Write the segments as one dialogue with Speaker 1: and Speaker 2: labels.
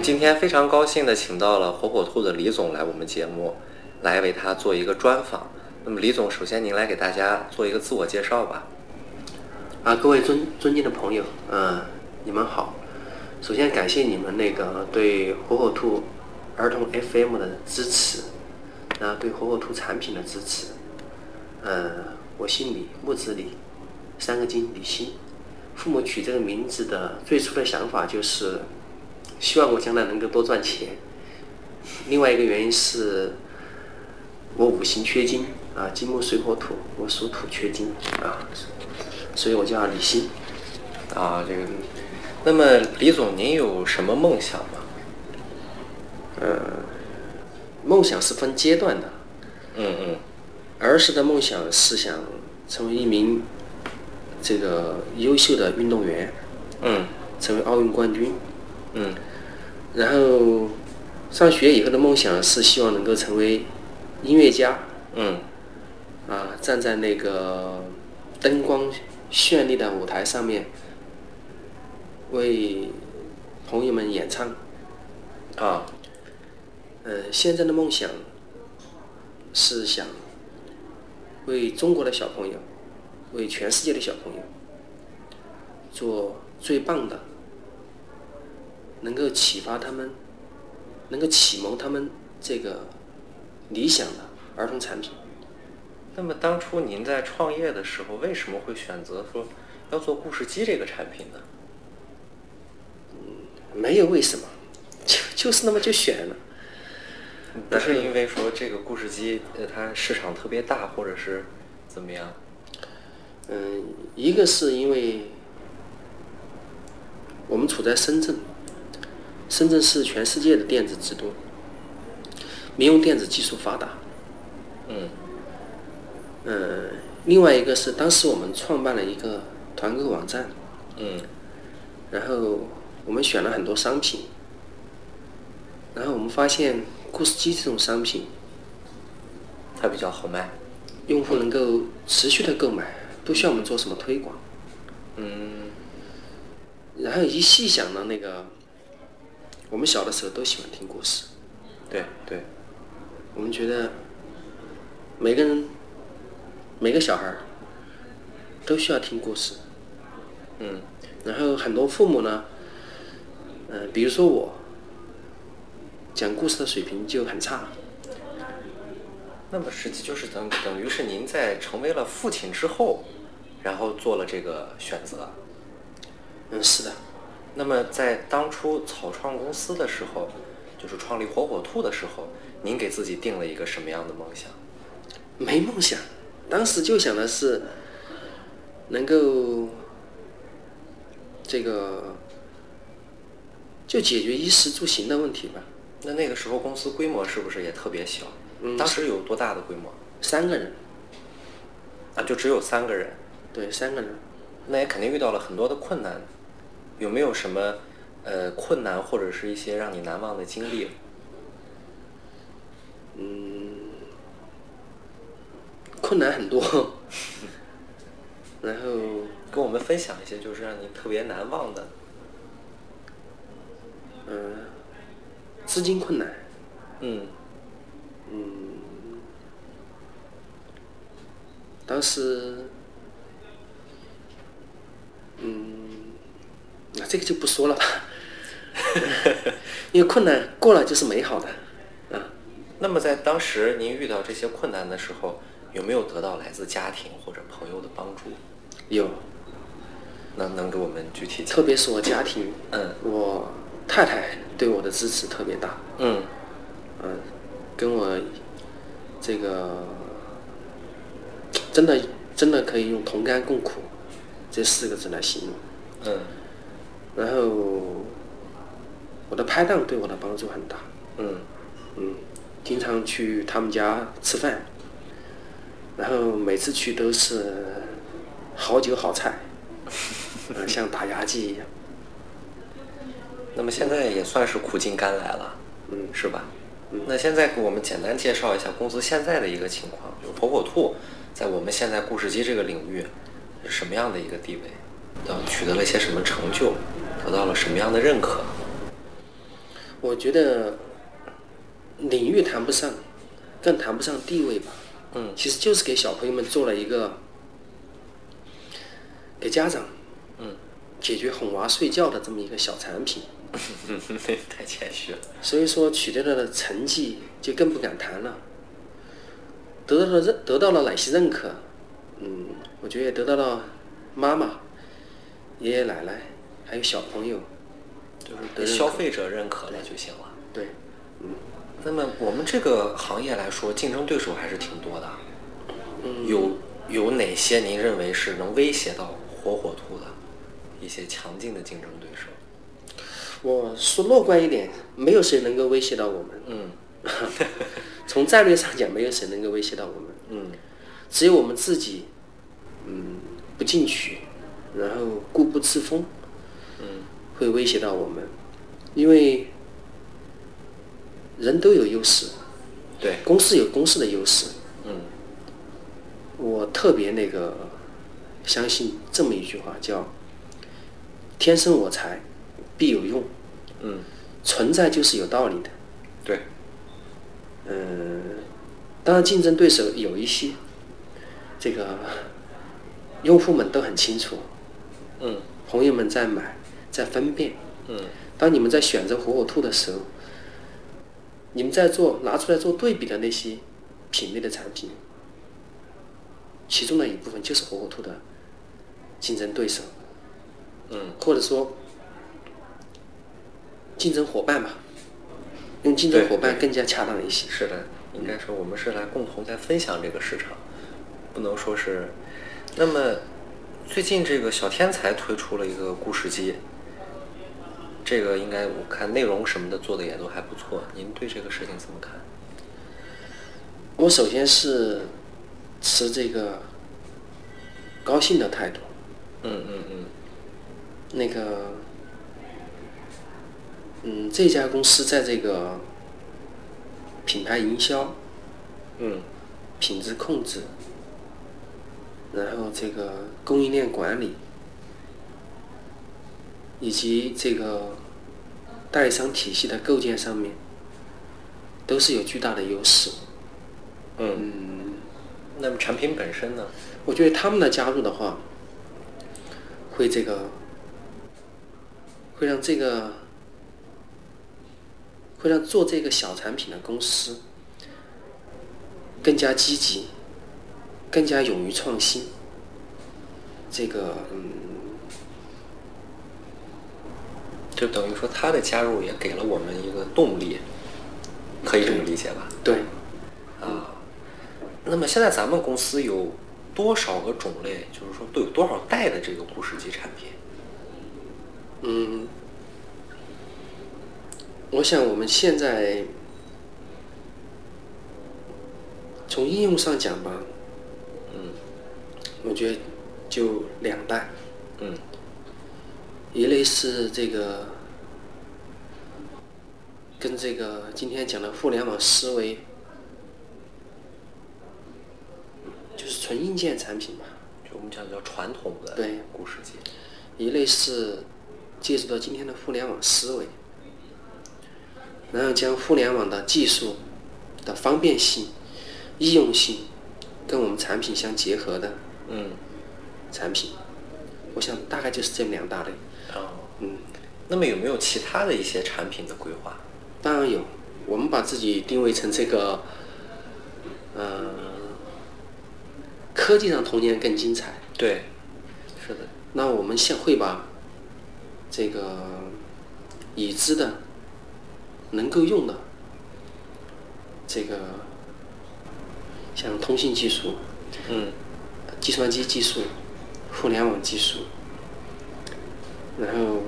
Speaker 1: 今天非常高兴的请到了火火兔的李总来我们节目，来为他做一个专访。那么李总，首先您来给大家做一个自我介绍吧。
Speaker 2: 啊，各位尊尊敬的朋友，呃，你们好。首先感谢你们那个对火火兔儿童 FM 的支持，那对火火兔产品的支持。呃，我姓李，木子李，三个金，李欣。父母取这个名字的最初的想法就是，希望我将来能够多赚钱。另外一个原因是，我五行缺金啊，金木水火土，我属土缺金啊，所以我叫李欣。
Speaker 1: 啊，这个，那么李总，您有什么梦想吗？
Speaker 2: 梦想是分阶段的，
Speaker 1: 嗯嗯，
Speaker 2: 儿时的梦想是想成为一名这个优秀的运动员，
Speaker 1: 嗯
Speaker 2: 成为奥运冠军。
Speaker 1: 嗯
Speaker 2: 然后上学以后的梦想是希望能够成为音乐家，
Speaker 1: 嗯
Speaker 2: 啊，站在那个灯光绚丽的舞台上面，为朋友们演唱。
Speaker 1: 啊
Speaker 2: 呃，现在的梦想是想为中国的小朋友，为全世界的小朋友做最棒的，能够启发他们，能够启蒙他们这个理想的儿童产品。
Speaker 1: 那么当初您在创业的时候，为什么会选择说要做故事机这个产品呢？
Speaker 2: 没有为什么，就就是那么就选了。
Speaker 1: 不是因为说这个故事机呃它市场特别大，或者是怎么样？
Speaker 2: 嗯，一个是因为我们处在深圳，深圳是全世界的电子之都，民用电子技术发达。
Speaker 1: 嗯
Speaker 2: 嗯，另外一个是当时我们创办了一个团购网站，
Speaker 1: 嗯
Speaker 2: 然后我们选了很多商品，然后我们发现故事机这种商品，
Speaker 1: 它比较好卖。
Speaker 2: 用户能够持续的购买，不需要我们做什么推广。
Speaker 1: 嗯
Speaker 2: 然后一细想呢，那个我们小的时候都喜欢听故事，，
Speaker 1: 对对，
Speaker 2: 我们觉得每个人每个小孩儿都需要听故事。
Speaker 1: 嗯
Speaker 2: 然后很多父母呢，嗯、比如说我，讲故事的水平就很差。
Speaker 1: 那么实际就是等等于是您在成为了父亲之后，然后做了这个选择。
Speaker 2: 嗯，是的，
Speaker 1: 那么在当初草创公司的时候，就是创立火火兔的时候，您给自己定了一个什么样的梦想？
Speaker 2: 没梦想，当时就想的是能够这个就解决衣食住行的问题吧。
Speaker 1: 那那个时候公司规模是不是也特别小？
Speaker 2: 嗯
Speaker 1: 当时有多大的规模？
Speaker 2: 三个人，
Speaker 1: 啊，就只有三个人，
Speaker 2: 对，三个人。
Speaker 1: 那也肯定遇到了很多的困难。有没有什么呃困难或者是一些让你难忘的经历？
Speaker 2: 困难很多， 然后
Speaker 1: 跟我们分享一些，就是让你特别难忘的。
Speaker 2: 资金困难，
Speaker 1: 嗯
Speaker 2: 当时，嗯，啊，这个就不说了吧， 因为困难过了就是美好的，啊，，
Speaker 1: 那么在当时您遇到这些困难的时候，有没有得到来自家庭或者朋友的帮助？
Speaker 2: 有，
Speaker 1: 能能给我们具体讲？
Speaker 2: 特别是我家庭，
Speaker 1: 嗯
Speaker 2: 我太太对我的支持特别大，
Speaker 1: 嗯
Speaker 2: 嗯，跟我这个真的真的可以用同甘共苦这四个字来形容。
Speaker 1: 嗯
Speaker 2: 然后我的拍档对我的帮助很大，
Speaker 1: 嗯
Speaker 2: 嗯，经常去他们家吃饭，然后每次去都是好酒好菜，嗯，像打牙祭一样。
Speaker 1: 那么现在也算是苦尽甘来了，
Speaker 2: 嗯
Speaker 1: 是吧？那现在给我们简单介绍一下公司现在的一个情况，就是火火兔在我们现在故事机这个领域是什么样的一个地位，呃，取得了一些什么成就，得到了什么样的认可？
Speaker 2: 我觉得领域谈不上，更谈不上地位吧。
Speaker 1: 嗯，
Speaker 2: 其实就是给小朋友们做了一个，给家长，
Speaker 1: 嗯，
Speaker 2: 解决哄娃睡觉的这么一个小产品。
Speaker 1: 太谦虚了。
Speaker 2: 所以说取得了成绩就更不敢谈了，得到了认得到了奶昔认可，嗯，我觉得也得到了妈妈、爷爷奶奶还有小朋友，
Speaker 1: 就是
Speaker 2: 对
Speaker 1: 被消费者认可了就行了。
Speaker 2: 对，
Speaker 1: 那么我们这个行业来说，竞争对手还是挺多的。啊有有哪些您认为是能威胁到火火兔的一些强劲的竞争对手？
Speaker 2: 我说乐观一点，没有谁能够威胁到 我们，
Speaker 1: 嗯
Speaker 2: 从战略上讲，没有谁能够威胁到我们，
Speaker 1: 嗯
Speaker 2: 只有我们自己，嗯，不进取，然后固步自封，
Speaker 1: 嗯
Speaker 2: 会威胁到我们，因为人都有优势，
Speaker 1: 对，
Speaker 2: 公司有公司的优势。
Speaker 1: 嗯
Speaker 2: 我特别那个相信这么一句话，叫“天生我材必有用
Speaker 1: 嗯”，
Speaker 2: 存在就是有道理的。
Speaker 1: 对，
Speaker 2: 嗯，当然竞争对手有一些，这个用户们都很清楚，
Speaker 1: 嗯
Speaker 2: 朋友们在买，在分辨。
Speaker 1: 嗯
Speaker 2: 当你们在选择火火兔的时候，你们在做拿出来做对比的那些品类的产品，其中的一部分就是火火兔的竞争对手，
Speaker 1: 嗯
Speaker 2: 或者说竞争伙伴吧，用竞争
Speaker 1: 对
Speaker 2: 伙伴更加恰当一些。
Speaker 1: 是的，应该说我们是来共同在分享这个市场，不能说是。那么最近这个小天才推出了一个故事机，这个应该我看内容什么的做的也都还不错，您对这个事情怎么看？
Speaker 2: 我首先是持这个高兴的态度，
Speaker 1: 嗯嗯嗯
Speaker 2: 那个，嗯，这家公司在这个品牌营销、
Speaker 1: 嗯
Speaker 2: 品质控制，然后这个供应链管理，以及这个代理商体系的构建上面，都是有巨大的优势。
Speaker 1: 嗯。那么产品本身呢？
Speaker 2: 我觉得他们的加入的话，会这个，会让这个，会让做这个小产品的公司更加积极，更加勇于创新。这个，嗯，
Speaker 1: 就等于说他的加入也给了我们一个动力，可以这么理解吧？
Speaker 2: 对，
Speaker 1: 啊，那么现在咱们公司有多少个种类？就是说都有多少代的这个故事机产品？
Speaker 2: 嗯，我想我们现在从应用上讲吧，
Speaker 1: 嗯
Speaker 2: 我觉得就两代，
Speaker 1: 嗯
Speaker 2: 一类是这个跟这个今天讲的互联网思维，就是纯硬件产品吧；
Speaker 1: 就我们讲比较传统的
Speaker 2: 对
Speaker 1: 故事机。
Speaker 2: 一类是借助到今天的互联网思维，然后将互联网的技术的方便性、易用性跟我们产品相结合的
Speaker 1: 嗯，
Speaker 2: 产品，我想大概就是这么两大类。
Speaker 1: 哦，
Speaker 2: 嗯。
Speaker 1: 那么有没有其他的一些产品的规划？
Speaker 2: 当然有，我们把自己定位成这个，呃，科技让童年更精彩。
Speaker 1: 对，是的，
Speaker 2: 那我们现会把这个已知的、能够用的这个，像通信技术、
Speaker 1: 嗯
Speaker 2: 计算机技术、互联网技术，然后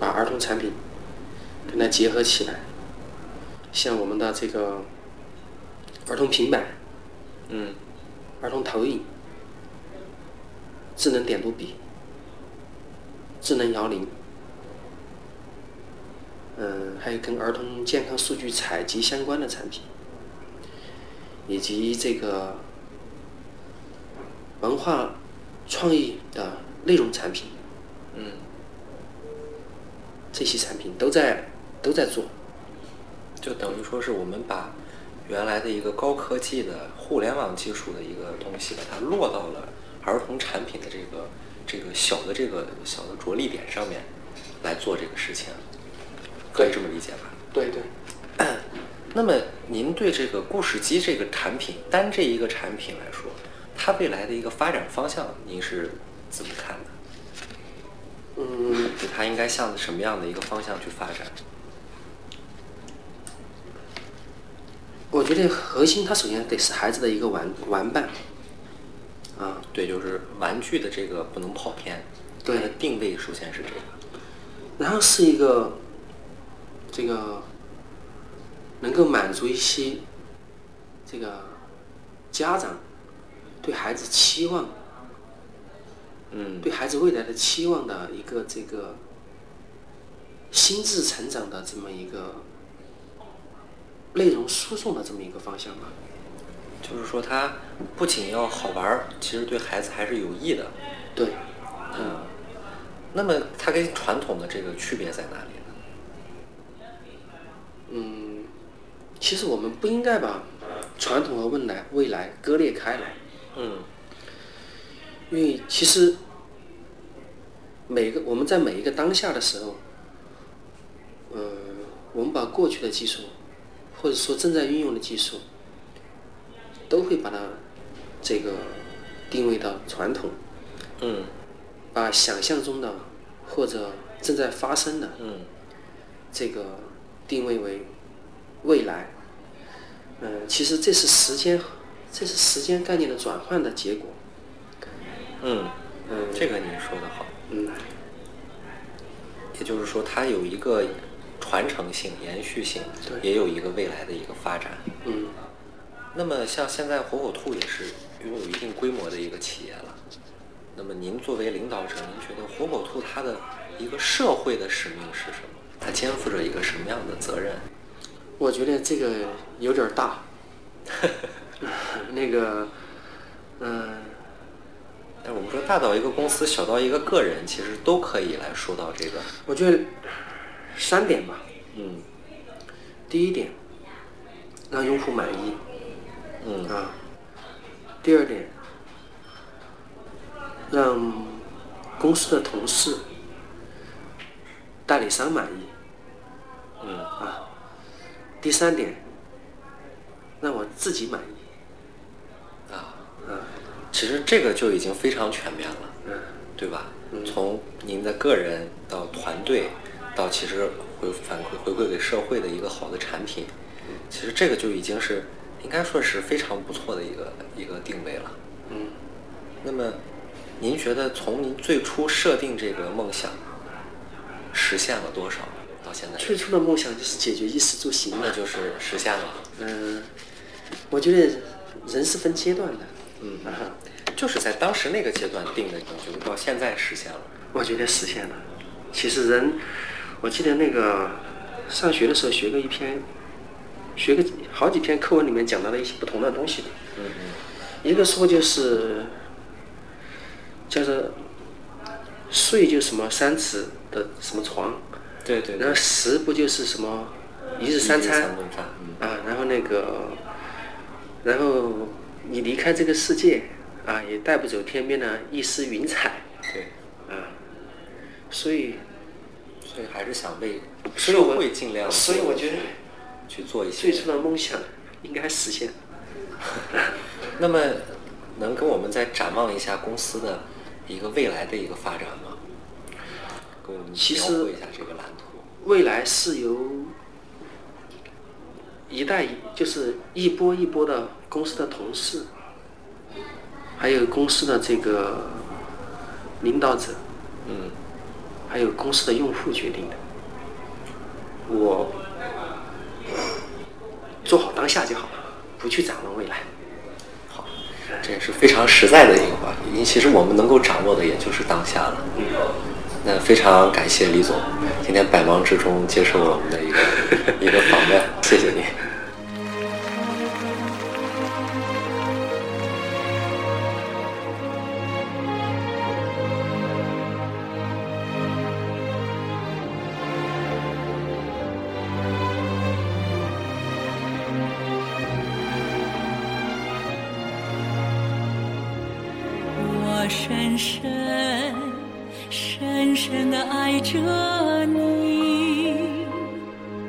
Speaker 2: 把儿童产品跟它结合起来，像我们的这个儿童平板、
Speaker 1: 嗯
Speaker 2: 儿童投影、智能点读笔、智能摇铃，嗯，还有跟儿童健康数据采集相关的产品，以及这个文化创意的内容产品，
Speaker 1: 嗯，
Speaker 2: 这些产品都在都在做。
Speaker 1: 就等于说是我们把原来的一个高科技的互联网技术的一个东西，把它落到了儿童产品的这个这个小的这个小的着力点上面来做这个事情，可以这么理解吧？
Speaker 2: 对对，
Speaker 1: 那么您对这个故事机这个产品，单这一个产品来说，它未来的一个发展方向，您是怎么看的？
Speaker 2: 嗯，
Speaker 1: 就它应该向什么样的一个方向去发展？
Speaker 2: 我觉得核心它首先得是孩子的一个玩玩伴，啊，
Speaker 1: 对，就是玩具的这个不能跑偏，
Speaker 2: 对
Speaker 1: 它的定位首先是这个，
Speaker 2: 然后是一个这个能够满足一些这个家长对孩子期望、
Speaker 1: 嗯，
Speaker 2: 对孩子未来的期望的一个这个心智成长的这么一个内容输送的这么一个方向吧。
Speaker 1: 就是说它不仅要好玩儿，其实对孩子还是有益的。
Speaker 2: 对，
Speaker 1: 那么它跟传统的这个区别在哪里呢？
Speaker 2: 嗯，其实我们不应该把传统和未来未来割裂开来。
Speaker 1: 嗯
Speaker 2: 因为其实每个我们在每一个当下的时候，嗯、我们把过去的技术，或者说正在运用的技术，都会把它这个定位到传统，
Speaker 1: 嗯
Speaker 2: 把想象中的或者正在发生的
Speaker 1: 嗯
Speaker 2: 这个定位为未来。嗯、其实这是时间，这是时间概念的转换的结果。
Speaker 1: 嗯，
Speaker 2: 嗯
Speaker 1: 这个您说的好，
Speaker 2: 嗯，
Speaker 1: 也就是说它有一个传承性、延续性，
Speaker 2: 对
Speaker 1: 也有一个未来的一个发展。
Speaker 2: 嗯。
Speaker 1: 那么像现在火火兔也是拥有一定规模的一个企业了，那么您作为领导者，您觉得火火兔它的一个社会的使命是什么？它肩负着一个什么样的责任？
Speaker 2: 我觉得这个有点儿大， 那个，嗯、
Speaker 1: 但我们说大到一个公司，小到一个个人，其实都可以来说到这个，
Speaker 2: 我觉得三点吧。
Speaker 1: 嗯
Speaker 2: 第一点，让用户满意
Speaker 1: 嗯
Speaker 2: 啊；第二点，让公司的同事、代理商满意；啊
Speaker 1: 嗯
Speaker 2: 第三点，让我自己满意
Speaker 1: 啊，
Speaker 2: 啊。
Speaker 1: 其实这个就已经非常全面了，
Speaker 2: 嗯，
Speaker 1: 对吧？从您的个人到团队，到其实回反馈回馈给社会的一个好的产品，其实这个就已经是应该说是非常不错的一个一个定位了。
Speaker 2: 嗯，
Speaker 1: 那么，您觉得从您最初设定这个梦想，实现了多少？到现在，
Speaker 2: 最初的梦想就是解决衣食住行嘛
Speaker 1: 那。就是实现了。
Speaker 2: 嗯，我觉得人是分阶段的。
Speaker 1: 嗯
Speaker 2: 啊，
Speaker 1: 就是在当时那个阶段定的，就是到现在实现了。
Speaker 2: 我觉得实现了。其实人，我记得那个上学的时候学过一篇，学个好几篇课文里面讲到了一些不同的东西的。
Speaker 1: 嗯嗯
Speaker 2: 一个说就是叫做睡就什么三尺的什么床，，
Speaker 1: 对对
Speaker 2: 然
Speaker 1: 对
Speaker 2: 后，食不就是什么一日三餐，
Speaker 1: 三顿饭，嗯
Speaker 2: 啊，然后那个，然后你离开这个世界啊，也带不走天边的一丝云彩
Speaker 1: 对，
Speaker 2: 啊，所以，
Speaker 1: 所以还是想为
Speaker 2: 所以我
Speaker 1: 社会尽量，
Speaker 2: 所以我觉得
Speaker 1: 去做一些
Speaker 2: 最。初的梦想应该实现。
Speaker 1: 那么，能跟我们再展望一下公司的一个未来的一个发展吗？跟我们
Speaker 2: 其
Speaker 1: 描
Speaker 2: 实
Speaker 1: 绘一下这个蓝图。
Speaker 2: 未来是由一代一就是一波一波的公司的同事，还有公司的这个领导者，
Speaker 1: 嗯
Speaker 2: 还有公司的用户决定的。我做好当下就好了，不去展望未来。
Speaker 1: 好，这也是非常实在的一个话题。因为其实我们能够掌握的也就是当下了。那非常感谢李总，今天百忙之中接受了我们的一个 一个访问，谢谢你。
Speaker 3: 深深深深的爱着你，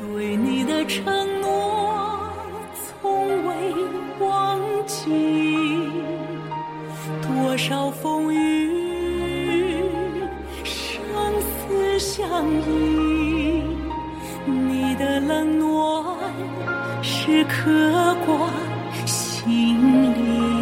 Speaker 3: 对你的承诺从未忘记。多少风雨，生死相依。你的冷暖是刻挂心里。